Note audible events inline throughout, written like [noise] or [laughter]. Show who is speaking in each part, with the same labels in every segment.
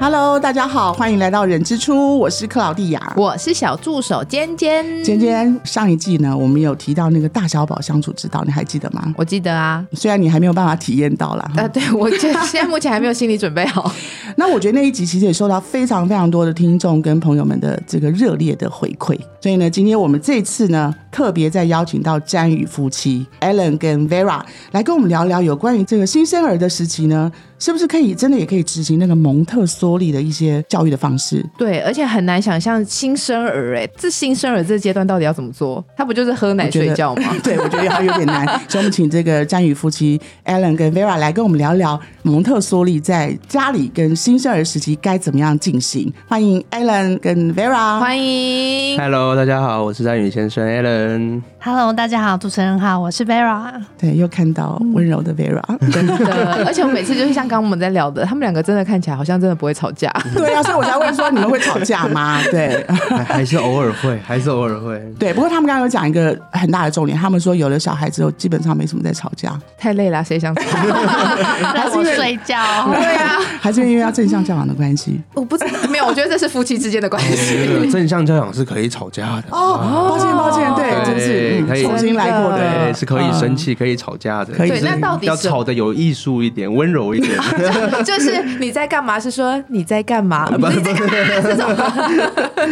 Speaker 1: Hello，大家好，欢迎来到人之初，我是克劳蒂亚。
Speaker 2: 我是小助手尖尖，
Speaker 1: 今天上一季呢，我们有提到那个大小宝相处之道，你还记得吗？
Speaker 2: 我记得啊，
Speaker 1: 虽然你还没有办法体验到啦，
Speaker 2: 呃，对我
Speaker 1: [laughs]
Speaker 2: 这现在目前还没有心理准备好。
Speaker 1: 那我觉得那一集其实也受到非常非常多的听众跟朋友们的这个热烈的回馈，所以呢，今天我们这次呢，特别再邀请到詹宇夫妻 Alan 跟 Vera 来跟我们聊聊有关于这个新生儿的时期呢，是不是可以真的也可以执行那个蒙特梭利的一些教育的方式？
Speaker 2: 对，而且很难想象新生儿、哎，这新生儿这阶段到底要怎么做？他不就是喝奶
Speaker 1: 觉得
Speaker 2: 睡觉吗？
Speaker 1: [laughs] 对，我觉得还有点难，所以我们请这个詹宇夫妻 Alan 跟 Vera 来跟我们聊聊蒙特梭利在家里跟新生儿时期该怎么样进行。欢迎 Alan 跟 Vera，
Speaker 2: [laughs] 欢迎，
Speaker 3: Hello，大家好，我是詹宇先生 Alan。
Speaker 4: Hello，大家好，主持人好，我
Speaker 2: [laughs]
Speaker 4: 是 Vera。
Speaker 1: 对，又看到温柔的 Vera。
Speaker 2: 真的，而且我每次就是像刚刚我们在聊的，他们两个真的看起来好像真的不会吵架。
Speaker 1: [laughs] 对啊，所以我才问说你们会吵架
Speaker 2: [laughs]
Speaker 1: 吗？对
Speaker 3: 还还是偶尔 [laughs] 会，还是偶尔会。
Speaker 1: 对，不过他们刚刚有讲一个很大的重点，他们说有了小孩之后，基本上没什么在吵架，
Speaker 2: 太累了，谁想
Speaker 1: [laughs]
Speaker 2: 吵？
Speaker 4: 让我睡觉。
Speaker 2: 对啊，
Speaker 1: 还是因为要正向教养的关系。
Speaker 2: 我不知道，没有，我觉得这是夫妻之间的关系。
Speaker 3: 这个正向教养是可以吵架的，
Speaker 1: 哦， [laughs] 抱歉抱歉，对，
Speaker 3: 对
Speaker 1: 真是
Speaker 3: 可
Speaker 1: 嗯
Speaker 3: 以
Speaker 1: 重新来过
Speaker 2: 真
Speaker 1: 的，
Speaker 3: 对，是可以生
Speaker 1: 嗯
Speaker 3: 气，可以吵架的。
Speaker 1: 可以
Speaker 2: 对，那到底
Speaker 3: 要
Speaker 2: 什
Speaker 3: 吵的有艺术一点，温柔一点。
Speaker 2: 哦 [laughs] 就是你在干嘛？是说你在干嘛？
Speaker 1: 啊
Speaker 2: 而不是你
Speaker 1: [laughs]
Speaker 2: 在干嘛？这种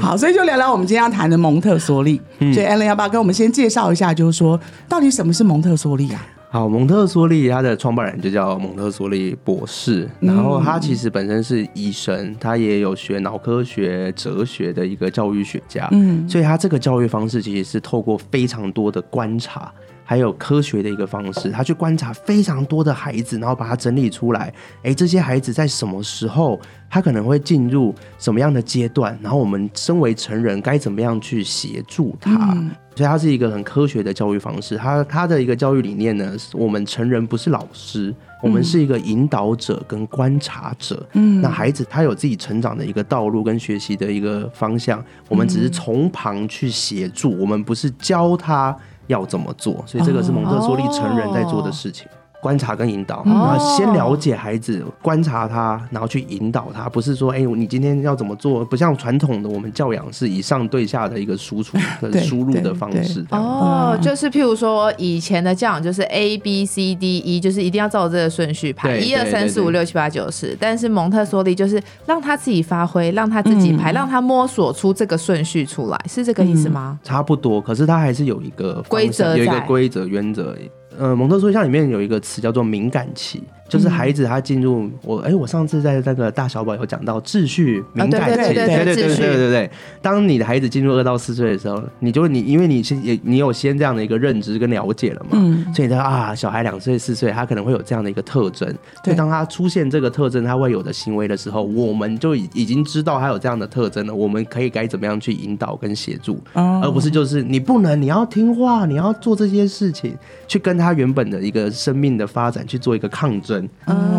Speaker 1: 好，所以就聊聊我们今天要谈的蒙特梭利。
Speaker 3: 嗯
Speaker 1: 所以 Alan 要不要跟我们先介绍一下，就是说到底什么是蒙特梭利啊？
Speaker 3: 好，蒙特梭利他的创办人就叫蒙特梭利博士，然后他其实本身是医生，他也有学脑科学、哲学的一个教育学家，嗯，所以他这个教育方式其实是透过非常多的观察。还有科学的一个方式，他去观察非常多的孩子，然后把它整理出来。诶，哎这些孩子在什么时候，他可能会进入什么样的阶段？然后我们身为成人该怎么样去协助他？所以它是一个很科学的教育方式。它它的一个教育理念呢，是我们成人不是老师，我们是一个引导者跟观察者。嗯，那孩子他有自己成长的一个道路跟学习的一个方向，我们只是从旁去协助，我们不是教他要怎么做。所以这个是蒙特梭利成人在做的事情。观察跟引导，
Speaker 1: 嗯
Speaker 3: 然后先了解孩子，
Speaker 1: 哦
Speaker 3: 观察他，然后去引导他，不是说哎、你今天要怎么做，不像传统的我们教养是以上对下的一个输
Speaker 1: [laughs]
Speaker 3: 出
Speaker 1: 对
Speaker 3: 的输入
Speaker 1: 对
Speaker 3: 的方
Speaker 1: 对
Speaker 3: 式。这样
Speaker 2: 哦，就是譬如说以前的教养就是 A B C D E，就是一定要照这个顺序排，
Speaker 3: 对
Speaker 2: 一二
Speaker 3: 对
Speaker 2: 三
Speaker 3: 对
Speaker 2: 四五六七八九十。但是蒙特梭利就是让他自己发挥，让他自己排，让他摸索出这个顺序出来，是这个意思吗？
Speaker 3: 差不多，可是它还是有一个方向
Speaker 2: 规则在
Speaker 3: 有一个规则原则。呃，蒙特梭利像里面有一个词叫做敏感期，就是孩子他进入我哎、我上次在那个大小宝有讲到秩序敏感期，
Speaker 1: 对对对
Speaker 3: 对对
Speaker 2: 秩
Speaker 3: 对
Speaker 2: 序
Speaker 3: 对对。当你的孩子进入二到四岁的时候，你就你因为你先也你有先这样的一个认知跟了解了嘛，所以你知道啊，小孩两岁四岁他可能会有这样的一个特征，所
Speaker 1: 对
Speaker 3: 以当他出现这个特征他会有的行为的时候，我们就已已经知道他有这样的特征了，我们可以该怎么样去引导跟协助。
Speaker 1: 哦
Speaker 3: 而不是就是你不能，你要听话，你要做这些事情，去跟他原本的一个生命的发展去做一个抗争。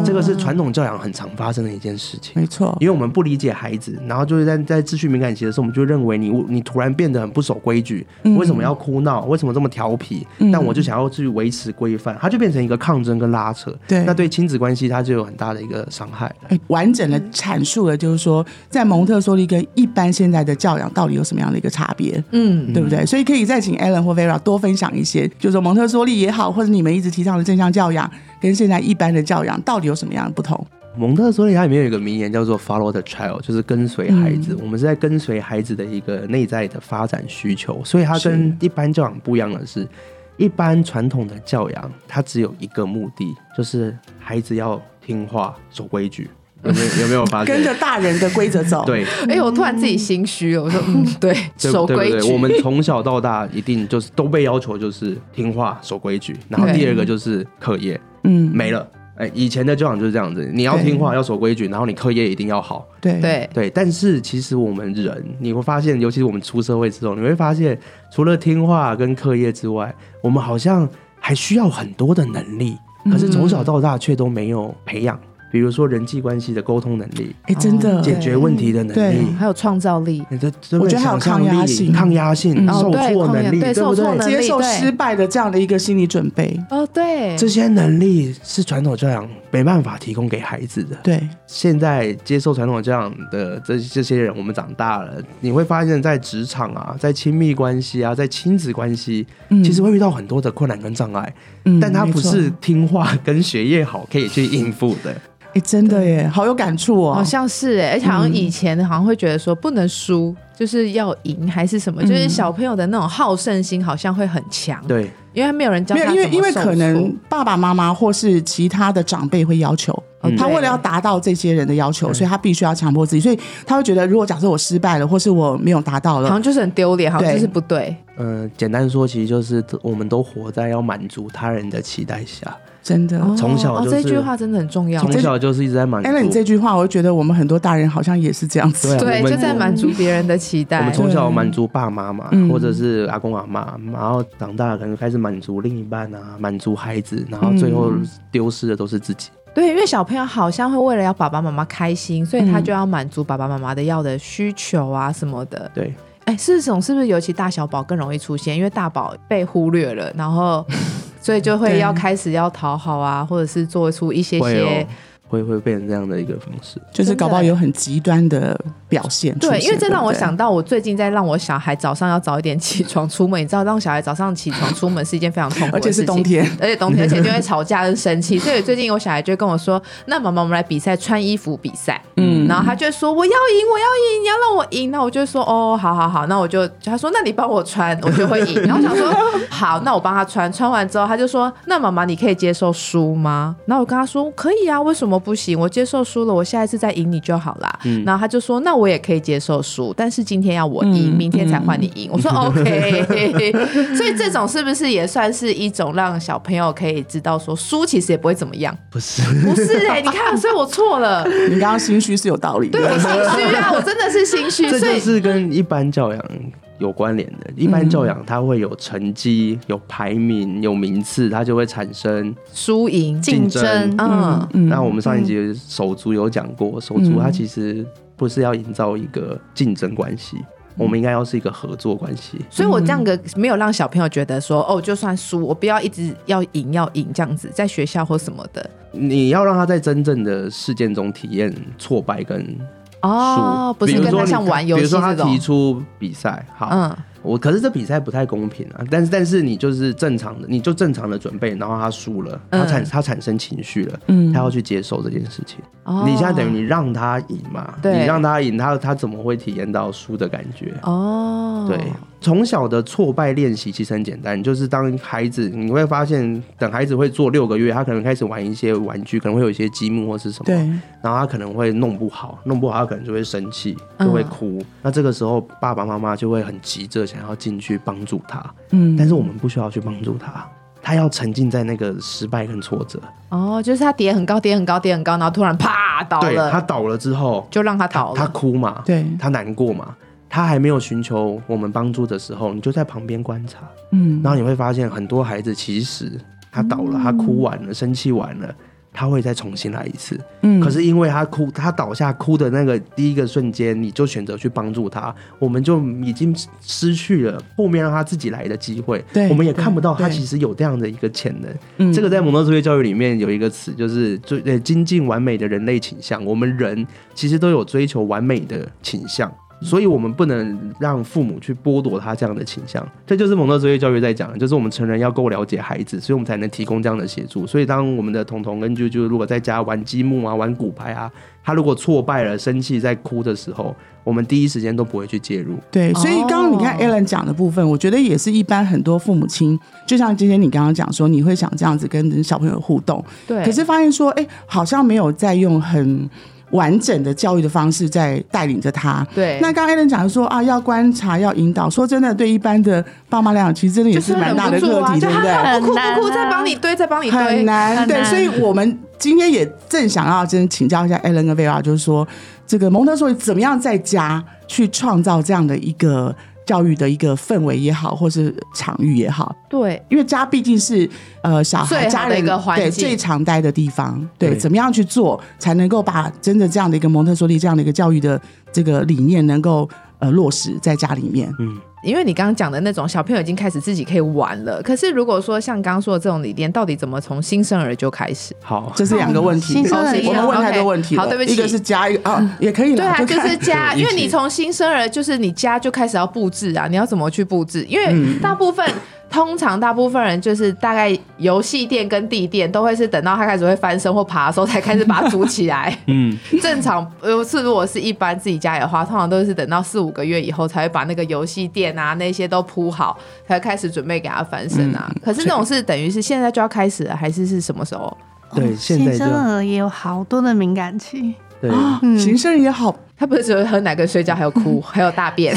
Speaker 3: 这个是传统教养很常发生的一件事情。
Speaker 1: 哦没错，
Speaker 3: 因为我们不理解孩子，然后就是在在秩序敏感期的时候，我们就认为你你突然变得很不守规矩，
Speaker 1: 嗯
Speaker 3: 为什么要哭闹？为什么这么调皮？但我就想要去维持规范，它就变成一个抗争跟拉扯。
Speaker 1: 对
Speaker 3: 那对亲子关系它就有很大的一个伤害了。
Speaker 1: 哎完整的阐述了，就是说在蒙特梭利跟一般现在的教养到底有什么样的一个差别？
Speaker 2: 嗯，
Speaker 1: 对不对？所以可以再请 Alan 或 Vera 多分享一些，就是说蒙特梭利也好，或者你们一直提倡的正向教养，跟现在一般的教养到底有什么样的不同？
Speaker 3: 蒙特梭利它里面有一个名言叫做 “follow the child”，就是跟随孩子。
Speaker 2: 嗯
Speaker 3: 我们是在跟随孩子的一个内在的发展需求，所以它跟一般教养不一样的是，一般传统的教养它只有一个目的，就是孩子要听话、守规矩。有没有有没有
Speaker 2: [laughs]
Speaker 3: 发现？
Speaker 1: 跟着大人的规则走，
Speaker 3: 对，
Speaker 2: 哎、我突然自己心虚了，我说嗯，对，
Speaker 3: 对
Speaker 2: 守规
Speaker 3: 对
Speaker 2: 矩，
Speaker 3: 对对我们从小到大一定就是都被要求就是听话、守规矩，然后
Speaker 2: 对
Speaker 3: 第二个就是课业
Speaker 1: 嗯，
Speaker 3: 没了。哎，以前的教养就是这样子，你要
Speaker 1: 对
Speaker 3: 听话，要守规矩，然后你课业一定要好。
Speaker 1: 对
Speaker 2: 对。
Speaker 3: 对，但是其实我们人，你会发现，尤其是我们出社会之后，你会发现，除了听话跟课业之外，我
Speaker 1: 嗯
Speaker 3: 们好像还需要很多的能力，可是从小到大却都没有培养。比如说人际关系的沟通能力、
Speaker 1: 哎，真的，
Speaker 3: 哦解决问题的能
Speaker 1: 对
Speaker 3: 力。
Speaker 2: 还有创造力，
Speaker 3: 你的这
Speaker 1: 我
Speaker 3: 个
Speaker 1: 觉得还有
Speaker 3: 想象
Speaker 1: 抗压
Speaker 3: 力
Speaker 1: 性
Speaker 3: 抗压性、
Speaker 1: 嗯
Speaker 2: 哦
Speaker 3: 受
Speaker 2: 对
Speaker 3: 挫
Speaker 2: 抗压
Speaker 3: 能力，
Speaker 2: 对
Speaker 3: 对
Speaker 2: 受
Speaker 3: 不
Speaker 2: 挫
Speaker 3: 对
Speaker 2: 能？力
Speaker 1: 接受
Speaker 2: 对
Speaker 1: 失败的这样的一个心理准备，
Speaker 2: 哦，对，
Speaker 3: 这些能力是传统教养没办法提供给孩子的。
Speaker 1: 对，
Speaker 3: 现在接受传统教养的这这些人，我们长大了，你会发现在职场啊，在亲密关系啊，在亲子关系，
Speaker 1: 嗯
Speaker 3: 其实会遇到很多的困难跟障碍，
Speaker 1: 嗯
Speaker 3: 但他不
Speaker 1: 没
Speaker 3: 是
Speaker 1: 错
Speaker 3: 听话跟学业好可以去应付的。
Speaker 1: 哎，真的耶，好有感触哦，
Speaker 2: 好像是哎、而且好像以前好像会觉得说不能输，就是要赢还是什么，就是小朋友的那种好胜心好像会很强，，
Speaker 3: 对，
Speaker 2: 因为没有人教
Speaker 1: 没
Speaker 2: 他
Speaker 1: 有，
Speaker 2: 怎
Speaker 1: 因为
Speaker 2: 么
Speaker 1: 因为
Speaker 2: 受
Speaker 1: 可能
Speaker 2: 挫
Speaker 1: 爸爸妈妈或是其他的长辈会要求，
Speaker 2: 哦
Speaker 3: 嗯
Speaker 1: 他
Speaker 2: 对
Speaker 1: 为了要达到这些人的要求，所以他必须要强迫自己，所以他会觉得，如果假设我失败了，或是我没有达到
Speaker 2: 好
Speaker 1: 了
Speaker 2: 像，就是很丢脸，好像
Speaker 1: 对
Speaker 2: 就是不对，
Speaker 3: 呃，简单说，其实就是我们都活在要满足他人的期待下，
Speaker 1: 真的。
Speaker 2: 哦
Speaker 3: 从小就是
Speaker 2: 哦、这句话真的很重要，
Speaker 3: 从小就是一直在满足。
Speaker 1: 艾伦，你这句话，我就觉得我们很多大人好像也是这样子。
Speaker 3: 对啊
Speaker 2: 对，
Speaker 3: 我们
Speaker 2: 就在满足别人的期
Speaker 3: 我
Speaker 2: 待
Speaker 3: 们。从小满足爸妈嘛
Speaker 1: 嗯，
Speaker 3: 或者是阿公阿妈，然后长大了可能开始满足另一半啊，满足孩子，然
Speaker 1: 嗯
Speaker 3: 后最后丢失的都是自己。
Speaker 2: 对，因为小朋友好像会为了要爸爸妈妈开心，所以他就要满足爸爸妈妈的要的需求啊什么的。
Speaker 3: 对，
Speaker 2: 哎，这种是不是尤其大小宝更容易出现？因为大宝被忽略了，然
Speaker 3: [laughs]
Speaker 2: 后所以就会
Speaker 1: 对
Speaker 2: 要开始要讨好啊，或者是做出一些
Speaker 3: 会
Speaker 2: 些
Speaker 3: 哦。会会变成这样的一个方式，
Speaker 1: 就是搞不好有很极端的表现出现。
Speaker 2: 对，因为这让我
Speaker 1: 对不对
Speaker 2: 想到，我最近在让我小孩早上要早一点起床出门。你知道，让小孩早上起床出门是一件非常痛苦
Speaker 3: [laughs]
Speaker 2: 的
Speaker 1: 而且是
Speaker 2: 事情
Speaker 1: 冬天，
Speaker 2: 而且冬天，而且就会吵架、跟生气。所以最近我小孩就会跟我说：“那妈妈，我们来比赛穿衣服比赛。”嗯，然后他就会说：“我要赢，我要赢，你要让我赢。”那我就会说：“哦，好好好。”那我就他说：“那你帮我穿，我就会赢。”然后我想说：“好，那我帮他穿。”穿完之后，他就说：“那妈妈，你可以接受输吗？”然后我跟他说：“可以啊，为什么不行？我接受输了，我下一次再赢你就好啦。”
Speaker 3: 嗯
Speaker 2: 然后他就说：“那我也可以接受输，但是今天要我赢，明天才换你
Speaker 3: [laughs]
Speaker 2: 赢。”我说：“OK。”所以这种是不是也算是一种让小朋友可以知道说输其实也 [laughs] 不会怎么样？
Speaker 3: 不是？
Speaker 2: 不是哎、你看，所以我错了，
Speaker 1: 你刚刚心虚是有道理
Speaker 2: 对我
Speaker 1: 的。
Speaker 2: 心虚啊，我真的 [laughs] 是心
Speaker 3: [laughs]
Speaker 2: 虚，
Speaker 3: 这
Speaker 2: 所
Speaker 3: 就
Speaker 2: 以。
Speaker 3: 是跟一般教养有关联的。一般教
Speaker 2: 嗯
Speaker 3: 养它会有成绩、有排名、有名次，它就会产生
Speaker 2: 输赢，
Speaker 4: 竞争
Speaker 3: 争。
Speaker 2: 嗯，
Speaker 3: 那我们上一集手足有讲过，手足它其实不是要营造一个竞争关系，
Speaker 2: 嗯
Speaker 3: 我们应该要是一个合作关系。
Speaker 2: 所以我这样
Speaker 3: 嗯
Speaker 2: 个没有让小朋友觉得说，哦，就算输，我不要一直要赢要赢这样子，在学校或什么的。
Speaker 3: 你要让他在真正的事件中体验挫败跟
Speaker 2: 哦
Speaker 3: 输，，
Speaker 2: 不是
Speaker 3: 比如
Speaker 2: 跟
Speaker 3: 说
Speaker 2: 他
Speaker 3: 你
Speaker 2: 像玩游
Speaker 3: 比
Speaker 2: 戏
Speaker 3: 如说
Speaker 2: 这
Speaker 3: 他
Speaker 2: 种。
Speaker 3: 提出比赛，好，
Speaker 2: 嗯，
Speaker 3: 我可是这比赛不太公平啊，但是但是你就是正常的，你就正常的准备，然后他输了，他
Speaker 2: 嗯
Speaker 3: 产、他产生情绪了，
Speaker 1: 嗯
Speaker 3: 他要去接受这件事情。
Speaker 2: 哦
Speaker 3: 你现在等于你让他赢嘛，
Speaker 2: 对
Speaker 3: 你让他赢，他他怎么会体验到输的感觉？
Speaker 2: 哦，
Speaker 3: 对，从小的挫败练习其实很简单，就是当孩子你会发现，等孩子会做六个月，他可能开始玩一些玩具，可能会有一些积木或是什么，
Speaker 1: 对，
Speaker 3: 然后他可能会弄不好，弄不好他可能就会生气，
Speaker 2: 嗯
Speaker 3: 就会哭。那这个时候爸爸妈妈就会很急着想要进去帮助他，
Speaker 1: 嗯，
Speaker 3: 但是我们不需要去帮助他，他要沉浸在那个失败跟挫折。
Speaker 2: 哦，就是他叠很高，叠很高，叠很高，然后突然啪倒
Speaker 3: 对他
Speaker 2: 了，
Speaker 3: 倒了之后，
Speaker 2: 就让他倒
Speaker 3: 他
Speaker 2: 了。
Speaker 3: 哭嘛，
Speaker 1: 对
Speaker 3: 他难过嘛，他还没有寻求我们帮助的时候，你就在旁边观察，
Speaker 1: 嗯，
Speaker 3: 然后你会发现很多孩子其实他倒
Speaker 2: 嗯
Speaker 3: 了，他哭完了，生气完了。他会再重新来一次，
Speaker 1: 嗯
Speaker 3: 可是因为他哭，他倒下哭的那个第一个瞬间，你就选择去帮助他，我们就已经失去了后面让他自己来的机会。
Speaker 1: 对
Speaker 3: 我们也看不到他
Speaker 1: 对
Speaker 3: 其实有这样的一个潜能。
Speaker 1: 嗯
Speaker 3: 这个在蒙特梭利教育里面有一个词，就是追呃精进完美的人类倾向。我们人其实都有追求完美的倾向，
Speaker 1: 嗯
Speaker 3: 所以我们不能让父母去剥夺他这样的倾向。这就是蒙特梭利教育在讲的，就是我们成人要够了解孩子，所以我们才能提供这样的协助。所以当我们的彤彤跟啾啾如果在家玩积木啊、玩骨牌啊，他如果挫败了、生气在哭的时候，我们第一时间都不会去介入。
Speaker 1: 对，所以刚刚你看
Speaker 2: 哦
Speaker 1: Alan 讲的部分，我觉得也是一般很多父母亲，就像今天你刚刚讲说，你会想这样子跟小朋友互动，
Speaker 2: 对，
Speaker 1: 可是发现说，哎、好像没有在用很完整的教育的方式在带领着他。
Speaker 2: 对，
Speaker 1: 那刚刚 Alan 讲的说啊，要观察，要引导。说真的，对一般的爸妈来讲，其实真的也
Speaker 2: 就是
Speaker 1: 蛮
Speaker 2: 忍
Speaker 1: 大
Speaker 2: 不
Speaker 1: 的
Speaker 2: 住
Speaker 1: 课
Speaker 2: 啊，
Speaker 1: 题，
Speaker 2: 就
Speaker 1: 对不对？
Speaker 2: 他不哭
Speaker 4: 很
Speaker 2: 不哭，
Speaker 4: 难啊
Speaker 2: 再帮你堆，再帮你
Speaker 1: 很
Speaker 2: 堆。
Speaker 1: 难，
Speaker 4: 很
Speaker 1: 对，
Speaker 4: 难
Speaker 1: 所以我们今天也正想要真请教一下 Alan 跟 Vera，就是说这个蒙特梭利怎么样在家去创造这样的一个呃教育的一个氛围也好，或是场域也好，
Speaker 2: 对，
Speaker 1: 因为家毕竟是呃小
Speaker 2: 最
Speaker 1: 孩
Speaker 2: 好的
Speaker 1: 家人
Speaker 2: 一个环
Speaker 1: 对
Speaker 2: 境
Speaker 1: 最常待的地方，对，
Speaker 3: 对
Speaker 1: 怎么样去做才能够把真的这样的一个蒙特梭利这样的一个教育的这个理念能够呃落实在家里面，
Speaker 2: 因为你刚刚讲的那种小朋友已经开始自己可以玩了，可是如果说像刚刚说的这种理念，到底怎么从新生儿就开始？
Speaker 3: 好，
Speaker 1: 这是两个问题
Speaker 4: 新。生儿
Speaker 1: 我们问太多问题了，
Speaker 2: 好，对不起，
Speaker 1: 一个是家，一个啊也可以啦
Speaker 2: 对啊，
Speaker 1: 就
Speaker 2: 就
Speaker 1: 看
Speaker 2: 是家，
Speaker 3: 对
Speaker 2: 因为
Speaker 3: 一
Speaker 2: 你
Speaker 3: 起
Speaker 2: 从新生儿就是你家就开始要布置啊，你要怎么去布置？因为大部分、通常大部分人就是大概游戏店跟地垫都会是等到他开始会翻身或爬的时候才开始把它组起来。
Speaker 3: 嗯，
Speaker 2: 正常呃是如果是一般自己家里的话，通常都是等到四五个月以后才会把那个游戏垫啊那些都铺好，才会开始准备给他翻身啊。可是那种是等于是现在就要开始了，还是是什么时候？
Speaker 1: 哦
Speaker 3: 对，现在
Speaker 4: 新
Speaker 3: 就
Speaker 4: 生儿也有好多的敏感期，
Speaker 3: 对，
Speaker 1: 啊，
Speaker 4: 嗯
Speaker 1: 行生也好，
Speaker 2: 他不是只有喝奶跟睡觉，还有哭，还有大便。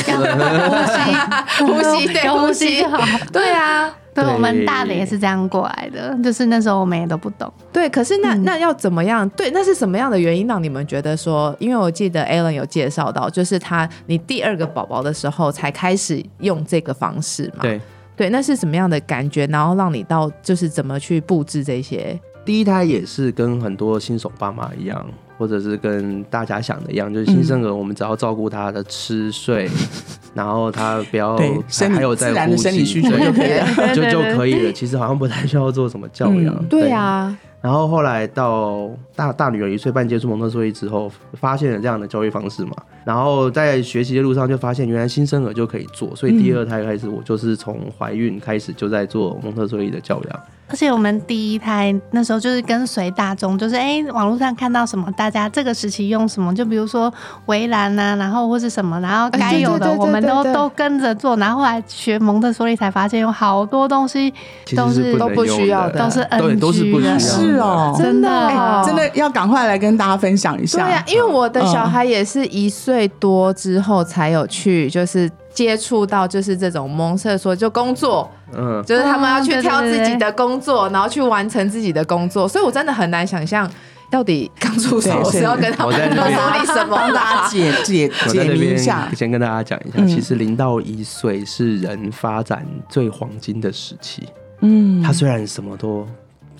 Speaker 4: 呼
Speaker 2: [laughs] [laughs] 呼吸
Speaker 4: [laughs]
Speaker 2: 对
Speaker 4: 有
Speaker 2: 呼
Speaker 4: 呼
Speaker 2: 吸
Speaker 4: 吸好。
Speaker 2: 对啊，
Speaker 4: 对
Speaker 3: 对
Speaker 4: 我们大的也是这样过来的，就是那时候我们也都不懂。
Speaker 2: 对，可是那那要怎么样？对，那是什么样的原因让你们觉得说？因为我记得 Alan 有介绍到，就是他你第二个宝宝的时候才开始用这个方式嘛。
Speaker 3: 对。
Speaker 2: 对，那是什么样的感觉？然后让你到就是怎么去布置这些？
Speaker 3: 第一胎也是跟很多新手爸妈一样，或者是跟大家想的一样，就是新生儿我们只要照顾他的吃睡， [laughs] 然后他
Speaker 1: [laughs]
Speaker 3: 不要
Speaker 1: 嗯对
Speaker 3: 还
Speaker 1: 生理
Speaker 3: 还有
Speaker 1: 自
Speaker 3: 在
Speaker 1: 然
Speaker 3: 呼
Speaker 1: 的
Speaker 3: 吸
Speaker 1: 生理需求
Speaker 3: 对
Speaker 1: 就可以了
Speaker 4: 对
Speaker 3: 就
Speaker 4: 对
Speaker 1: [laughs]
Speaker 3: 就
Speaker 4: 对
Speaker 3: 可以了。其实好像不太需要做什么教养
Speaker 1: 嗯。
Speaker 2: 对啊，
Speaker 3: 然后后来到大大女儿一岁半接触蒙特梭利之后，发现了这样的教育方式嘛，然后在学习的路上就发现原来新生儿就可以做，所以第二胎开始我就是从怀孕开始就在做蒙特梭利的教养。
Speaker 4: 而且我们第一胎那时候就是跟随大众，就是哎、网络上看到什么，大家这个时期用什么，就比如说围栏啊，然后或是什么，然后该有
Speaker 2: 哎对对
Speaker 4: 的
Speaker 2: 对对
Speaker 4: 我们都
Speaker 2: 对对
Speaker 4: 都跟着做。然后后来学蒙特梭利才发现有好多东西
Speaker 3: 其
Speaker 4: 都
Speaker 3: 实
Speaker 4: 是
Speaker 3: 不能
Speaker 2: 都不需
Speaker 3: 用
Speaker 2: 要
Speaker 3: 的，
Speaker 2: 的
Speaker 4: 都是 NG
Speaker 3: 对，都是不需要的。
Speaker 4: 的
Speaker 1: 是哦
Speaker 4: 真的
Speaker 2: 哦
Speaker 1: 真的要赶快来跟大家分享一
Speaker 2: 对
Speaker 1: 下。
Speaker 2: 啊，因为我的小孩也是一岁多之后才有去，就是接触到就是这种蒙特梭就工作，
Speaker 3: 嗯，
Speaker 2: 就是他们要去
Speaker 4: 嗯
Speaker 2: 挑
Speaker 4: 对对
Speaker 2: 自
Speaker 4: 对
Speaker 2: 己的工作，然后去完成自己的工作，所以我真的很难想象到底刚出手
Speaker 1: 对
Speaker 2: 是要跟他
Speaker 3: 我在
Speaker 2: 们
Speaker 3: 这边
Speaker 2: 说理什么
Speaker 1: 帮大家
Speaker 2: 啦。
Speaker 1: 解解
Speaker 3: 我在
Speaker 1: 解
Speaker 3: 这
Speaker 1: 谜一
Speaker 3: 边
Speaker 1: 下，
Speaker 3: 先跟大家讲一下，
Speaker 1: 嗯
Speaker 3: 其实零到一岁是人发展最黄金的时期。
Speaker 1: 嗯
Speaker 3: 他虽然什么都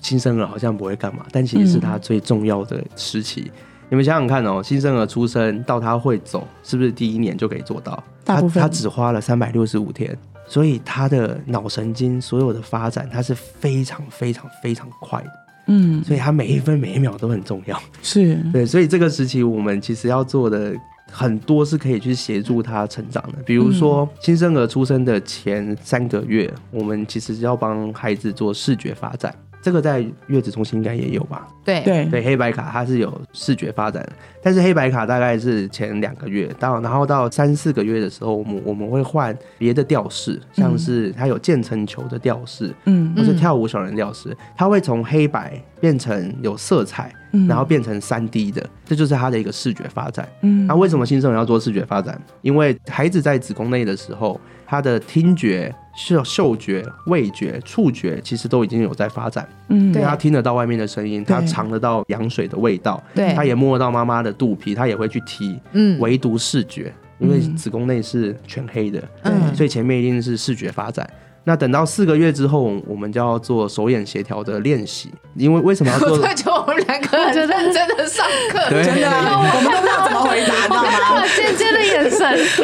Speaker 3: 新生儿好像不会干嘛，但其实是
Speaker 1: 嗯
Speaker 3: 他最重要的时期。你们想想看哦，新生儿出生到他会走，是不是第一年就可以做到？
Speaker 1: 大部分
Speaker 3: 他他只花了三百六十五天，所以他的脑神经所有的发展，它是非常非常非常快的，
Speaker 1: 嗯
Speaker 3: 所以他每一分每一秒都很重要。
Speaker 1: 是
Speaker 3: 对，所以这个时期我们其实要做的很多是可以去协助他成长的，比如说新生儿出生的前三个月，我们其实要帮孩子做视觉发展。这个在月子中心应该也有吧？
Speaker 2: 对
Speaker 1: [laughs] 对
Speaker 3: 对，黑白卡它是有视觉发展的，但是黑白卡大概是前两个月到，然后到三四个月的时候，我们我们会换别的吊饰，像是它有渐层球的吊饰，
Speaker 1: 嗯
Speaker 3: 或是
Speaker 2: 嗯
Speaker 3: 跳舞小人吊饰，它会从黑白变成有色彩，
Speaker 1: 嗯
Speaker 3: 然后变成三 D 的，这就是它的一个视觉发展。
Speaker 1: 嗯
Speaker 3: 那、为什么新生儿要做视觉发展？因为孩子在子宫内的时候，他的听觉、嗅嗅觉、味觉、触觉其实都已经有在发展，
Speaker 1: 嗯
Speaker 3: 因
Speaker 2: 对
Speaker 3: 为他听得到外面的声音，他
Speaker 1: 对
Speaker 3: 尝得到羊水的味道，
Speaker 2: 对
Speaker 3: 他也摸得到妈妈的肚皮，他也会去踢，
Speaker 2: 嗯
Speaker 3: 唯独视觉，因为
Speaker 1: 嗯
Speaker 3: 子宫内是全黑的，
Speaker 2: 嗯
Speaker 3: 所以前面一定是视觉发展。那等到四个月之后，我们就要做手眼协调的练习，因为为什么
Speaker 2: [laughs]
Speaker 3: 要
Speaker 2: 我
Speaker 3: 做
Speaker 2: 突？然觉得我们两个很认真的上课，
Speaker 3: 对
Speaker 1: 真的啊，我们都不知道怎么回答，你知道吗？
Speaker 4: 我尖尖的眼 神，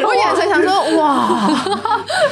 Speaker 2: [laughs] 我眼神想说哇，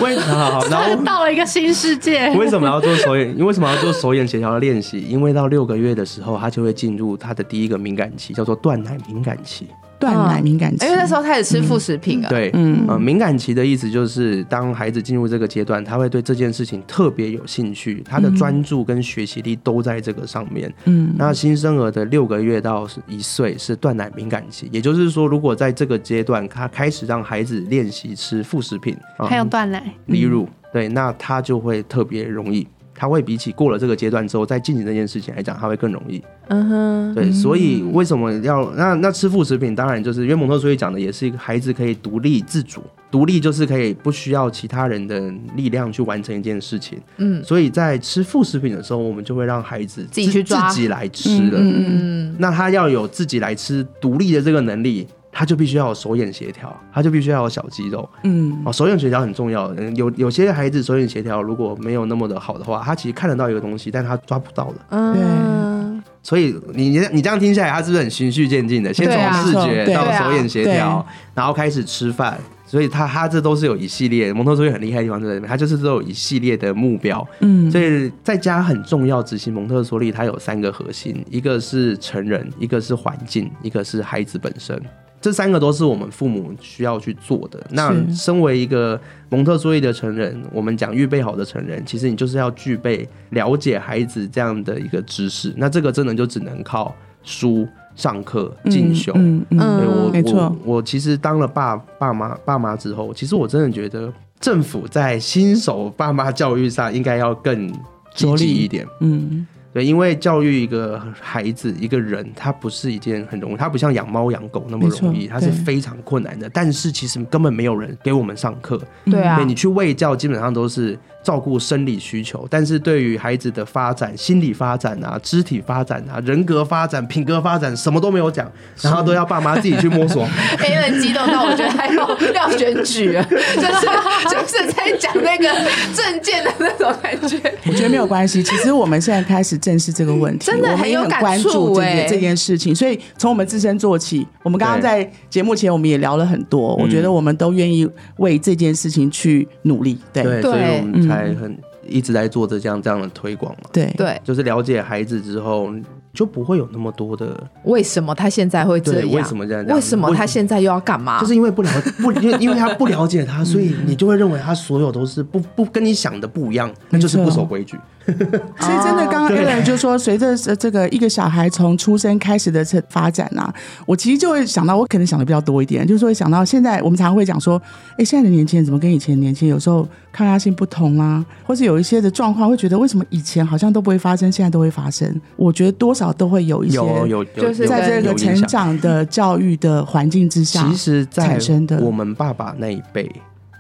Speaker 3: 为好
Speaker 4: [laughs]
Speaker 3: 好，然后
Speaker 4: 到了一个新世界。
Speaker 3: 为什么要做手眼？因为为什么要做手眼协调的练习？因为到六个月的时候，他就会进入他的第一个敏感期，叫做断奶敏感期。
Speaker 4: 嗯
Speaker 1: 断奶敏感期，
Speaker 2: 因为那时候开始吃副食品啊了，
Speaker 3: 对，
Speaker 1: 嗯
Speaker 3: 呃，敏感期的意思就是，当孩子进入这个阶段，他会对这件事情特别有兴趣，他的专注跟学习力都在这个上面。
Speaker 1: 嗯
Speaker 3: 那新生儿的六个月到一岁是断奶敏感期，也就是说，如果在这个阶段，他开始让孩子练习吃副食品，啊
Speaker 4: 还有断奶，
Speaker 3: 离
Speaker 2: 嗯
Speaker 3: 乳，对，那他就会特别容易。他会比起过了这个阶段之后再进行这件事情来讲，他会更容易。
Speaker 2: 嗯哼，
Speaker 3: 对，所以为什么要那那吃副食品？当然就是因为蒙特梭利讲的也是一个孩子可以独立自主，独立就是可以不需要其他人的力量去完成一件事情。
Speaker 2: 嗯
Speaker 3: 所以在吃副食品的时候，我们就会让孩子
Speaker 2: 自己去抓
Speaker 3: 自己来吃了。
Speaker 1: 嗯
Speaker 2: 嗯，
Speaker 3: 那他要有自己来吃独立的这个能力，他就必须要有手眼协调，他就必须要有小肌肉。
Speaker 1: 嗯
Speaker 3: 哦，手眼协调很重要。嗯，有有些孩子手眼协调如果没有那么的好的话，他其实看得到一个东西，但他抓不到的。
Speaker 2: 嗯，
Speaker 3: 所以你你你这样听下来，他是不是很循序渐进的？先
Speaker 2: 对啊
Speaker 3: 从视觉
Speaker 1: 对
Speaker 3: 到
Speaker 2: 啊
Speaker 3: 手眼协调，然后开始吃饭。所以他他这都是有一系列蒙特梭利很厉害的地方就在这边，他就是都有一系列的目标。
Speaker 1: 嗯，
Speaker 3: 所以在家很重要，执行蒙特梭利它有三个核心，一个是成人，一个是环境，一个是孩子本身。这三个都是我们父母需要去做的。那
Speaker 1: 是
Speaker 3: 身为一个蒙特梭利的成人，我们讲预备好的成人，其实你就是要具备了解孩子这样的一个知识。那这个真的就只能靠书、上课、进修。
Speaker 1: 嗯嗯嗯
Speaker 2: 嗯
Speaker 3: 对我
Speaker 1: 没错
Speaker 3: 我我其实当了爸爸妈爸妈之后，其实我真的觉得政府在新手爸妈教育上应该要更积
Speaker 1: 着力
Speaker 3: 极一点。
Speaker 1: 嗯，
Speaker 3: 对，因为教育一个孩子一个人，他不是一件很容易，他不像养猫养狗那么
Speaker 1: 没错
Speaker 3: 容易，他是
Speaker 1: 对
Speaker 3: 非常困难的。但是其实根本没有人给我们上课，
Speaker 2: 对啊
Speaker 3: 对，你去喂教，基本上都是照顾生理需求，但是对于孩子的发展、心理发展啊、肢体发展啊、人格发展、品格发展，什么都没有讲，然后都要爸妈自己去摸索。
Speaker 2: a l n 激动到我觉得还要要选举了，就是就是在讲那个证件的那种感觉。
Speaker 1: 我觉得没有关系。其实我们现在开始正视这个问题，
Speaker 2: 真的
Speaker 1: 我们也
Speaker 2: 很有感
Speaker 1: 关
Speaker 2: 触
Speaker 1: 注这
Speaker 2: 欸
Speaker 1: 件这件事情。所以从我们自身做起，我们刚刚
Speaker 3: 对嗯
Speaker 1: 在节目前我们也聊了很多，我觉得我们都愿意为这件事情去努力。对
Speaker 3: 对，所以我们
Speaker 1: 对
Speaker 3: 才很一直在做这样这样的推广嘛。
Speaker 1: 对
Speaker 2: 对，
Speaker 3: 就是了解孩子之后，就不会有那么多的，
Speaker 2: 为什么他现在会这
Speaker 3: 对
Speaker 2: 样？
Speaker 3: 为什么这样这样
Speaker 2: 为什么他现在又要干嘛？
Speaker 3: 就是因为不了不因为因为他不了解他，所以你就会认为他所有都是不不跟你想的不一样，那就是不守规矩。
Speaker 1: 所以真的，刚刚
Speaker 3: 哦对
Speaker 1: Alan 就说，随着呃这个一个小孩从出生开始的这发展啊，我其实就会想到，我可能想的比较多一点，就是会想到现在我们常常会讲说，哎，现在的年轻人怎么跟以前的年轻人有时候抗压性不同啦、啊或是有一些的状况，会觉得为什么以前好像都不会发生，现在都会发生？我觉得多少都会有一些
Speaker 3: 有有有，
Speaker 2: 就是
Speaker 1: 在这个
Speaker 3: 有影
Speaker 1: 成
Speaker 3: 响
Speaker 1: 长的教育的环境之下，
Speaker 3: 其实，在
Speaker 1: 产生的
Speaker 3: 我们爸爸那一辈，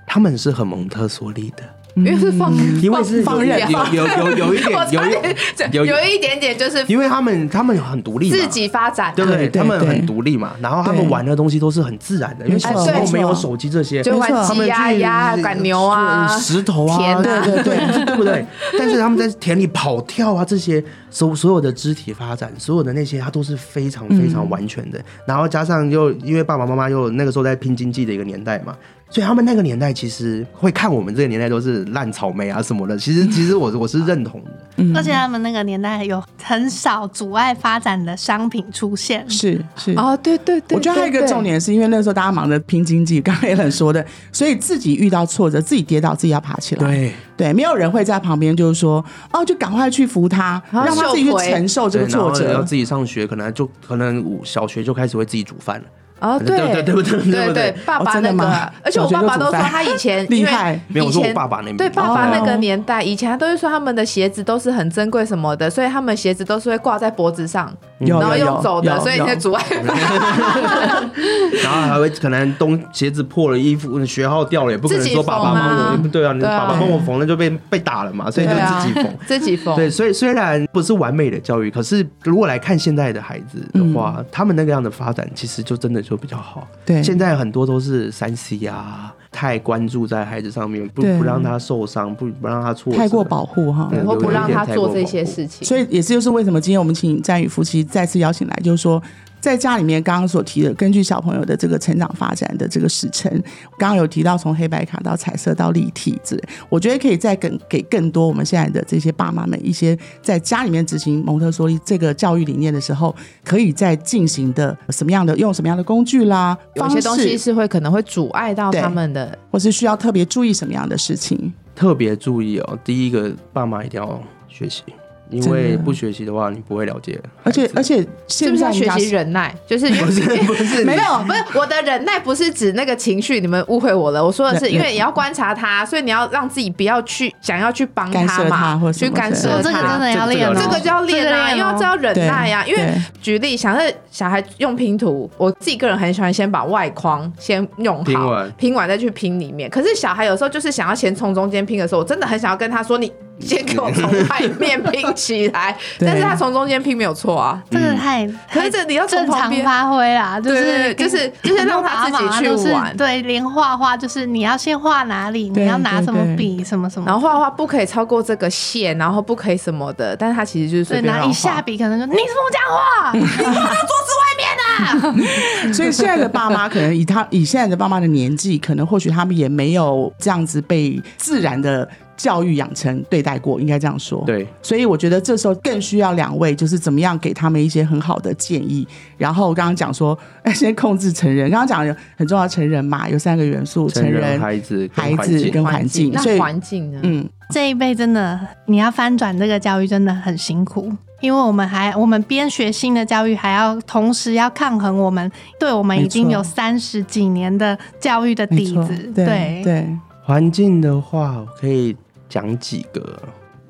Speaker 3: 他们是很蒙特梭利的，
Speaker 2: 因为是放，
Speaker 3: 因为是
Speaker 1: 嗯放
Speaker 3: 有
Speaker 1: 任
Speaker 3: 有有有有有一
Speaker 2: 我
Speaker 3: 点有
Speaker 2: 差点
Speaker 3: 一，
Speaker 2: 有
Speaker 3: 有
Speaker 2: 有一点点就是
Speaker 3: 因为他们他们很独立嘛，
Speaker 2: 自己发展啊，
Speaker 3: 对不
Speaker 1: 对
Speaker 3: 对？
Speaker 1: 对
Speaker 3: 他们
Speaker 1: 对
Speaker 3: 很独立嘛，然后他
Speaker 1: 对
Speaker 3: 们玩的东西都是很自然的，因为
Speaker 1: 没错
Speaker 3: 小时
Speaker 2: 没
Speaker 3: 候
Speaker 2: 错
Speaker 3: 没有手机这些，
Speaker 2: 就
Speaker 1: 没
Speaker 2: 玩
Speaker 1: 错
Speaker 3: 他
Speaker 2: 鸡
Speaker 3: 们
Speaker 2: 呀、
Speaker 3: 去
Speaker 2: 鸭、赶牛啊，
Speaker 3: 石头啊，
Speaker 2: 田啊
Speaker 3: 对对
Speaker 1: 对
Speaker 3: 对，对不对？
Speaker 2: [laughs]
Speaker 3: 但是他们在田里跑跳啊，这些所所有的肢体发展，所有的那些，它都是非常非常完全的。然后加上又因为爸爸妈妈又那个时候在拼经济的一个年代嘛。所以他们那个年代其实会看我们这个年代都是烂草莓啊什么的，其实其实我我是认
Speaker 2: [laughs]
Speaker 3: 同的，
Speaker 2: 嗯
Speaker 4: 而且他们那个年代有很少阻碍发展的商品出现，
Speaker 1: 是是
Speaker 2: 哦，对对对，
Speaker 1: 我觉得还有一个
Speaker 2: 对
Speaker 1: 重，点，是因为那时候大家忙着拼经济，刚才也很说的，所以自己遇到挫折，自己跌倒，自己要爬起来。
Speaker 3: 对
Speaker 1: 对没有人会在旁边就是说，哦，就赶快去扶他，
Speaker 2: 啊
Speaker 1: 让他自己去
Speaker 2: 受回
Speaker 1: 承受这个
Speaker 3: 对然
Speaker 1: 挫
Speaker 3: 后要
Speaker 1: 折。
Speaker 3: 自己上学，可能就可能我小学就开始会自己煮饭了，
Speaker 2: 对哦，
Speaker 3: 对对对不对？
Speaker 2: 对
Speaker 3: 不
Speaker 2: 对，爸爸
Speaker 1: 哦真
Speaker 2: 那
Speaker 1: 的
Speaker 2: 个
Speaker 1: 吗
Speaker 2: 啊，而且我
Speaker 1: 小学
Speaker 2: 爸
Speaker 1: 就
Speaker 2: 爸都
Speaker 1: 煮
Speaker 2: 说
Speaker 1: 饭
Speaker 2: 他以前
Speaker 1: 厉
Speaker 2: 因为
Speaker 1: 害
Speaker 3: 没有
Speaker 2: 以
Speaker 3: 我说我
Speaker 2: 前
Speaker 3: 爸爸那边
Speaker 2: 对爸爸
Speaker 1: 哦
Speaker 2: 那个年代，以前他都是说他们的鞋子都是很珍贵什么的，所以他们鞋子都是会挂在脖子上，
Speaker 1: 有
Speaker 2: 然后
Speaker 1: 有
Speaker 2: 用走的，
Speaker 1: 有
Speaker 2: 所以你在
Speaker 1: 有
Speaker 2: 阻碍
Speaker 3: [laughs] 然后还会可能东鞋子破了，衣服学号掉了，也不可能
Speaker 2: 自己
Speaker 3: 说爸爸
Speaker 2: 缝
Speaker 3: 帮
Speaker 2: 啊
Speaker 3: 我，也不对啊，你
Speaker 2: 对啊
Speaker 3: 爸爸帮我缝，那就被被打了嘛，所以就
Speaker 2: 对啊
Speaker 3: 自己缝。
Speaker 2: 自己缝。
Speaker 3: 对，所以虽然不是完美的教育，可是如果来看现在的孩子的话，他们那个样的发展，其实就真的就比较好。
Speaker 1: 对
Speaker 3: 现在很多都是三 C 啊，太关注在孩子上面，不
Speaker 1: 对
Speaker 3: 不让他受伤，不不让他挫折，
Speaker 1: 太过保护哈。
Speaker 3: 对
Speaker 2: 然后不让他做这些事情，
Speaker 1: 所以也是就是为什么今天我们请战宇夫妻再次邀请来，就是说。在家里面，刚刚所提的，根据小朋友的这个成长发展的这个时程，刚刚有提到从黑白卡到彩色到立体之类，我觉得可以再更给更多我们现在的这些爸妈们一些在家里面执行蒙特梭利这个教育理念的时候，可以在进行的什么样的用什么样的工具啦，
Speaker 2: 有
Speaker 1: 方
Speaker 2: 些东西
Speaker 1: 式，
Speaker 2: 是会可能会阻碍到
Speaker 1: 对
Speaker 2: 他们的。
Speaker 1: 或是需要特别注意什么样的事情。
Speaker 3: 特别注意哦。第一个，爸妈一定要学习，因为不学习的话，你不会了解孩
Speaker 1: 而
Speaker 3: 子。
Speaker 1: 且而且
Speaker 2: 是不
Speaker 1: 现
Speaker 2: 是
Speaker 1: 在
Speaker 2: 要学习忍耐？就是
Speaker 1: [laughs]
Speaker 2: 因为
Speaker 3: 不是
Speaker 2: 没有，不是我的忍耐不是指那个情绪，你们误会我了。我说的是，
Speaker 1: 忍
Speaker 2: 因为你要观察他，所以你要让自己不要去想要去帮
Speaker 1: 干涉
Speaker 2: 嘛，
Speaker 1: 他或什
Speaker 2: 去
Speaker 1: 么
Speaker 2: 干
Speaker 1: 之类
Speaker 2: 涉
Speaker 4: 哦，
Speaker 1: 的
Speaker 4: 这个真
Speaker 2: 他。
Speaker 4: 的要练、哦，哦
Speaker 3: 这
Speaker 2: 啊这个就要练啊，因为这
Speaker 4: 这个
Speaker 2: 要忍
Speaker 1: 对
Speaker 2: 耐啊。因为
Speaker 1: 对
Speaker 2: 举例，想是小孩用拼图，我自己个人很喜欢先把外框先用好，
Speaker 3: 拼完
Speaker 2: 拼完再去拼里面。可是小孩有时候就是想要先从中间拼的时候，我真的很想要跟他说，你先给我从外面拼起来，
Speaker 1: 对
Speaker 2: 但是他从中间拼没有错啊。
Speaker 4: 这个太，
Speaker 2: 可
Speaker 4: 太
Speaker 2: 是这你要从
Speaker 4: 正
Speaker 2: 旁
Speaker 4: 常
Speaker 2: 边
Speaker 4: 发挥啦，啊就
Speaker 2: 对
Speaker 4: 是
Speaker 2: 对就是就是让他自己去
Speaker 4: 都是
Speaker 2: 玩
Speaker 4: 对，连画画就是你要先画哪里，
Speaker 1: 对
Speaker 4: 你要拿什
Speaker 1: 对
Speaker 4: 么笔，什么什
Speaker 2: 然
Speaker 4: 么，
Speaker 2: 后画画不可以超过这个线，然后不可以什么的，但是他其实就是随
Speaker 4: 对，
Speaker 2: 便
Speaker 4: 拿
Speaker 2: 乱
Speaker 4: 一
Speaker 2: 画
Speaker 4: 下笔可能就你怎么这样画？你画到桌子外面啊！
Speaker 1: 所以现在的爸妈可能以他以现在的爸妈的年纪，可能或许他们也没有这样子被自然的教育养成对待过，应该这样说。。
Speaker 3: 对，
Speaker 1: 所以我觉得这时候更需要两位，就是怎么样给他们一些很好的建议。然后刚刚讲说，哎先控制成人，刚刚讲的很重要，成人嘛，有三个元素：成
Speaker 3: 成人、
Speaker 1: 人、
Speaker 3: 孩子、
Speaker 1: 孩子跟环境所以
Speaker 2: 那环境啊呢？
Speaker 1: 嗯，
Speaker 4: 这一辈真的，你要翻转这个教育真的很辛苦，因为我们还我们边学新的教育，还要同时要抗衡我们对我们已经
Speaker 1: 没错
Speaker 4: 有三十几年的教育的
Speaker 2: 嗯
Speaker 1: 没
Speaker 4: 底
Speaker 1: 错
Speaker 4: 子，
Speaker 1: 对对，
Speaker 3: 环境的话，我可以讲几个，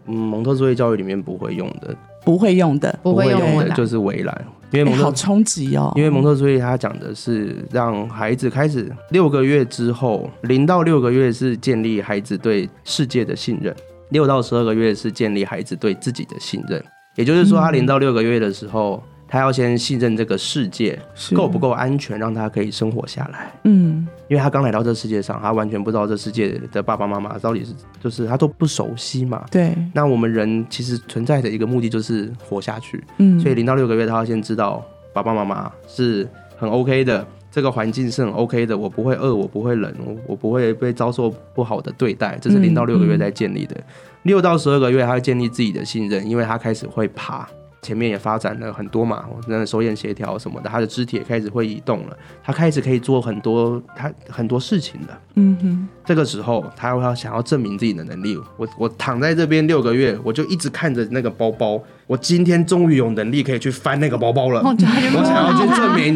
Speaker 3: 嗯，蒙特梭利教育里面不会用的，
Speaker 1: 不会用的，
Speaker 2: 不会用
Speaker 1: 不
Speaker 2: 我
Speaker 1: 会
Speaker 3: 的
Speaker 2: 拿
Speaker 3: 就是围栏，因为
Speaker 1: 哎
Speaker 3: 蒙特
Speaker 1: 好冲击哦。
Speaker 3: 因为蒙特梭利他讲的是让孩子开始六个月之后，零到六个月是建立孩子对世界的信任，六到十二个月是建立孩子对自己的信任。也就是说，他零到六个月的时候，嗯他要先信任这个世界
Speaker 1: 是
Speaker 3: 够不够安全，让他可以生活下来。
Speaker 1: 嗯，
Speaker 3: 因为他刚来到这世界上，他完全不知道这世界的爸爸妈妈到底是，就是他都不熟悉嘛。
Speaker 1: 对，
Speaker 3: 那我们人其实存在的一个目的就是活下去，
Speaker 1: 嗯，
Speaker 3: 所以零到六个月，他要先知道爸爸妈妈是很 OK 的，这个环境是很 OK 的，我不会饿，我不会冷，我我不会被遭受不好的对待，这是
Speaker 1: 嗯
Speaker 3: 零到六个月
Speaker 1: 嗯
Speaker 3: 在建立的。六、到十二个月，他会建立自己的信任，因为他开始会爬。前面也发展了很多嘛，那手眼协调什么的，他的肢体也开始会移动了，他开始可以做很多他很多事情了。
Speaker 1: 嗯哼，
Speaker 3: 这个时候，他要想要证明自己的能力。我我躺在这边六个月，我就一直看着那个包包。我今天终于有能力可以去翻那个包包了。
Speaker 1: 哦
Speaker 4: 我
Speaker 3: 我
Speaker 4: 觉得
Speaker 3: 想要去证明，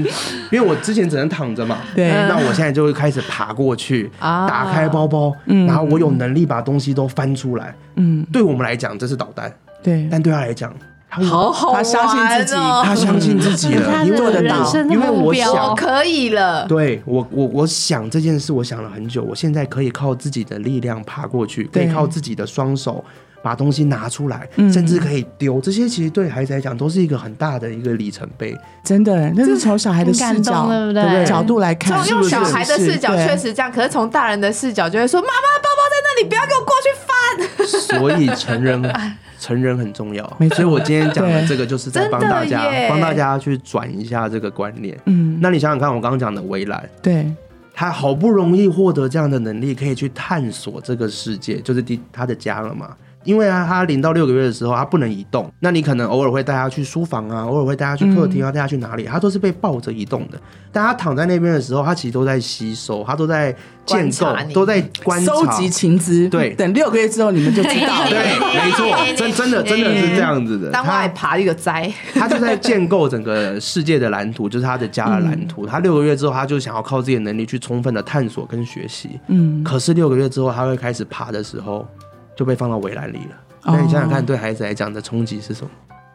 Speaker 3: 因为我之前只能躺着嘛。
Speaker 1: [laughs] 对
Speaker 3: 那我现在就会开始爬过去，
Speaker 2: 啊
Speaker 3: 打开包包，
Speaker 1: 嗯
Speaker 3: 然后我有能力把东西都翻出来。
Speaker 1: 嗯，
Speaker 3: 对我们来讲，这是导弹，
Speaker 1: 对，
Speaker 3: 但对他来讲，他
Speaker 2: 好好玩
Speaker 1: 他
Speaker 2: 哦，
Speaker 1: 相信自己
Speaker 3: 他相信自
Speaker 1: [laughs]
Speaker 3: 己
Speaker 4: 这是他
Speaker 3: 了，因为
Speaker 1: 做
Speaker 4: 的
Speaker 1: 得
Speaker 4: 人
Speaker 1: 到
Speaker 4: 生的
Speaker 3: 因为
Speaker 4: 目
Speaker 3: 我
Speaker 4: 标
Speaker 3: 想
Speaker 2: 我可以
Speaker 1: [laughs]
Speaker 2: 了。
Speaker 3: 对我，我我想这件事，我想了很久。我现在可以靠自己的力量爬过去，可
Speaker 1: 对
Speaker 3: 以靠自己的双手把东西拿出来，
Speaker 1: 嗯
Speaker 3: 甚至可以丢。这些其实对孩子来讲都是一个很大的一个里程碑。
Speaker 1: 真的，那是从小孩的
Speaker 4: 很
Speaker 1: 视
Speaker 4: 感
Speaker 1: 角
Speaker 4: 动，对不
Speaker 3: 对不对
Speaker 4: 对？
Speaker 1: 角度来看，
Speaker 2: 从用小孩的视角
Speaker 1: 是不是
Speaker 2: 确实这样，可是从大人的视角就会说：“妈妈，包包在那里，不要给我过去翻。
Speaker 3: 所以
Speaker 1: [laughs]
Speaker 3: 成人成人很重要
Speaker 1: 没，错
Speaker 3: 所以我今天讲的
Speaker 1: 对
Speaker 3: 这个就是在
Speaker 2: 真的
Speaker 3: 帮大家
Speaker 2: 耶
Speaker 3: 帮大家去转一下这个观念。
Speaker 1: 嗯，
Speaker 3: 那你想想看，我刚刚讲的围栏，
Speaker 1: 对，
Speaker 3: 他好不容易获得这样的能力，可以去探索这个世界，就是第他的家了嘛。因为啊，他零到六个月的时候，他不能移动，那你可能偶尔会带他去书房啊，偶尔会带他去客
Speaker 2: 嗯
Speaker 3: 厅啊，带他去哪里，他都是被抱着移动的。但他躺在那边的时候，他其实都在吸收，他都在建
Speaker 2: 观
Speaker 3: 构
Speaker 2: 察，你
Speaker 3: 都在观察
Speaker 1: 收集情资，
Speaker 3: 对
Speaker 1: 等六个月之后你们就知道
Speaker 3: 对，
Speaker 1: 了。
Speaker 3: 没错，真真
Speaker 2: [laughs]
Speaker 3: 的真的是这样子的。”
Speaker 2: 当
Speaker 3: 他
Speaker 2: 外爬一个灾，
Speaker 3: 他就在建构整个世界的蓝图，就是他的家的蓝
Speaker 2: 嗯
Speaker 3: 图。他六个月之后，他就想要靠自己的能力去充分的探索跟学习。
Speaker 1: 嗯，
Speaker 3: 可是六个月之后，他会开始爬的时候，就被放到围栏里了。
Speaker 1: 哦
Speaker 3: 那你想想看，对孩子来讲的冲击是什么？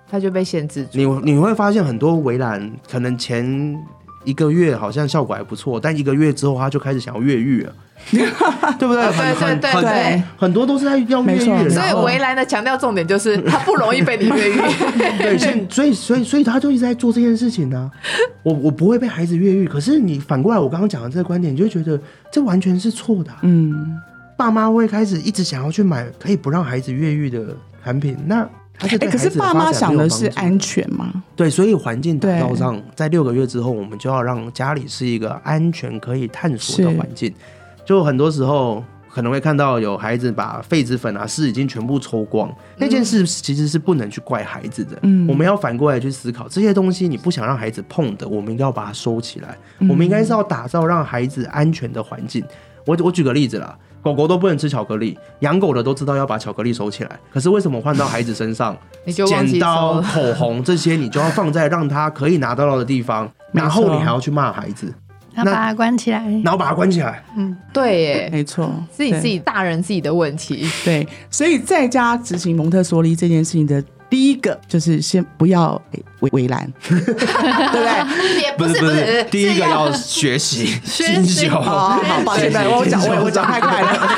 Speaker 2: 他就被限制住。
Speaker 3: 你你会发现很多围栏，可能前一个月好像效果还不错，但一个月之后他就开始想要越
Speaker 1: [laughs]
Speaker 3: 狱了，对不对？
Speaker 2: 对
Speaker 3: 很
Speaker 2: 对
Speaker 3: 很
Speaker 1: 对
Speaker 2: 对
Speaker 3: 很很多都是在要越
Speaker 1: 没
Speaker 3: 狱啊
Speaker 1: 错
Speaker 3: 的，
Speaker 2: 所以
Speaker 3: 然后
Speaker 2: 围栏的强调重点就是他不容易被你 [laughs] 越狱。
Speaker 3: 对，现所以所以所以他就一直在做这件事情呢、我我不会被孩子越狱，可是你反过来，我刚刚讲的这个观点，你就会觉得这完全是错的啊、
Speaker 1: 嗯，
Speaker 3: 爸妈会开始一直想要去买可以不让孩子越狱的产品，那他是
Speaker 1: 哎，
Speaker 3: 对
Speaker 1: 可
Speaker 3: 孩
Speaker 1: 是
Speaker 3: 子的
Speaker 1: 爸
Speaker 3: 发
Speaker 1: 妈
Speaker 3: 展
Speaker 1: 想
Speaker 3: 没有
Speaker 1: 的
Speaker 3: 帮
Speaker 1: 是
Speaker 3: 助
Speaker 1: 安全嘛？
Speaker 3: 对，所以环境打造
Speaker 1: 对
Speaker 3: 上，在六个月之后，我们就要让家里是一个安全可以探索的
Speaker 1: 是
Speaker 3: 环境。就很多时候可能会看到有孩子把痱子粉啊、湿已经全部抽光，那件事其实是不能去怪孩子的。
Speaker 1: 嗯
Speaker 3: 我们要反过来去思考，这些东西你不想让孩子碰的，我们应该要把它收起来。
Speaker 1: 嗯
Speaker 3: 我们应该是要打造让孩子安全的环境。我我举个例子啦。狗狗都不能吃巧克力，养狗的都知道要把巧克力收起来。可是为什么换到孩子身上，
Speaker 2: 你就忘
Speaker 3: 剪
Speaker 2: 记收
Speaker 3: 刀、
Speaker 2: 了，
Speaker 3: 口红这些，你就要放在让他可以拿得到的地方，
Speaker 1: 没错
Speaker 3: 然后你还要去骂孩子，
Speaker 4: 然后把它关起来。
Speaker 3: 然后把他关起来。
Speaker 2: 对耶，
Speaker 1: 没错，
Speaker 2: 是你
Speaker 1: 对
Speaker 2: 自己大人自己的问题。
Speaker 1: 对，所以在家执行蒙特梭利这件事情的。第一个就是先不要诶围围栏，对不呃对？
Speaker 2: 也
Speaker 3: 不
Speaker 2: 不
Speaker 3: 是
Speaker 2: 是
Speaker 3: 不
Speaker 2: 不
Speaker 3: 是
Speaker 2: 是，，
Speaker 3: 第一
Speaker 2: 是
Speaker 3: 个
Speaker 2: 要
Speaker 3: 要学习
Speaker 4: 学
Speaker 3: 金
Speaker 4: 习
Speaker 3: 酒。
Speaker 1: 哦， [laughs] 好，抱歉，对我讲我我讲太快了，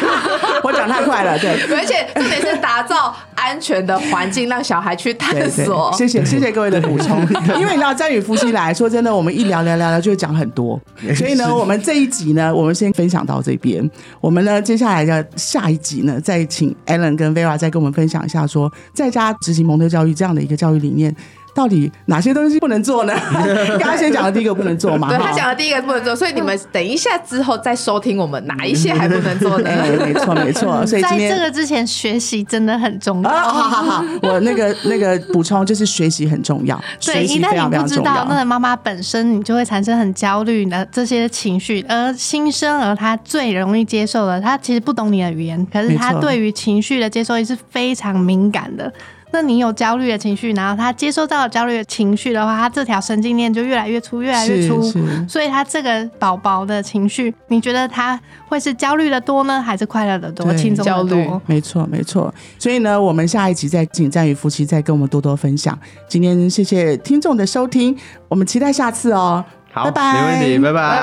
Speaker 1: [laughs] 我讲太快了，对。
Speaker 2: 而且重点是打造安全的环境，让小孩去
Speaker 1: [laughs]
Speaker 2: 探
Speaker 1: 对对
Speaker 2: 索。
Speaker 1: 谢谢谢谢各位的补充，哦因为你知道张宇夫妻来说真的，我们一聊聊聊聊就会讲很多，所以呢，我们这一集呢，我们先分享到这边，我们呢接下来的下一集呢，再请 Alan 跟 Vera 再跟我们分享一下说，在家执行蒙特教育这样的一个教育理念。到底哪些东西不能做呢？ [laughs] 刚刚先讲的第一个不能做嘛，
Speaker 2: 对他
Speaker 1: 哈
Speaker 2: 讲的第一个不能做，所以你们等一下之后再收听我们哪一些还不能
Speaker 1: [laughs]
Speaker 2: 做呢？
Speaker 1: 哎，没错没错， [laughs] 所以今
Speaker 4: 在
Speaker 1: 天
Speaker 4: 这个之前，学习真的很重要。
Speaker 1: 啊，好好好，我那个那个补充就是学习很重要，
Speaker 4: 对，
Speaker 1: 学
Speaker 4: 一
Speaker 1: 习
Speaker 4: 旦
Speaker 1: 非常非
Speaker 4: 你
Speaker 1: 常
Speaker 4: 不知
Speaker 1: 重
Speaker 4: 道那
Speaker 1: 要。
Speaker 4: 个妈妈本身，你就会产生很焦虑的这些情绪。而新生儿他最容易接受的，他其实不懂你的语言，可是他
Speaker 1: 没错
Speaker 4: 对于情绪的接受力是非常敏感的。那你有焦虑的情绪，然后他接收到的焦虑的情绪的话，他这条神经链就越来越粗，越来越
Speaker 1: 是
Speaker 4: 粗。
Speaker 1: 是
Speaker 4: 所以他这个宝宝的情绪，你觉得他会是焦虑的多呢，还是快乐的多、
Speaker 1: 对
Speaker 4: 轻松
Speaker 2: 焦
Speaker 4: 的
Speaker 2: 虑
Speaker 4: 多？
Speaker 1: 没错，没错。所以呢，我们下一集再请战宇夫妻再跟我们多多分享。今天谢谢听众的收听，我们期待下次哦。
Speaker 3: 好，
Speaker 1: 拜拜
Speaker 3: 没问题，拜拜，
Speaker 2: 拜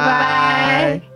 Speaker 2: 拜。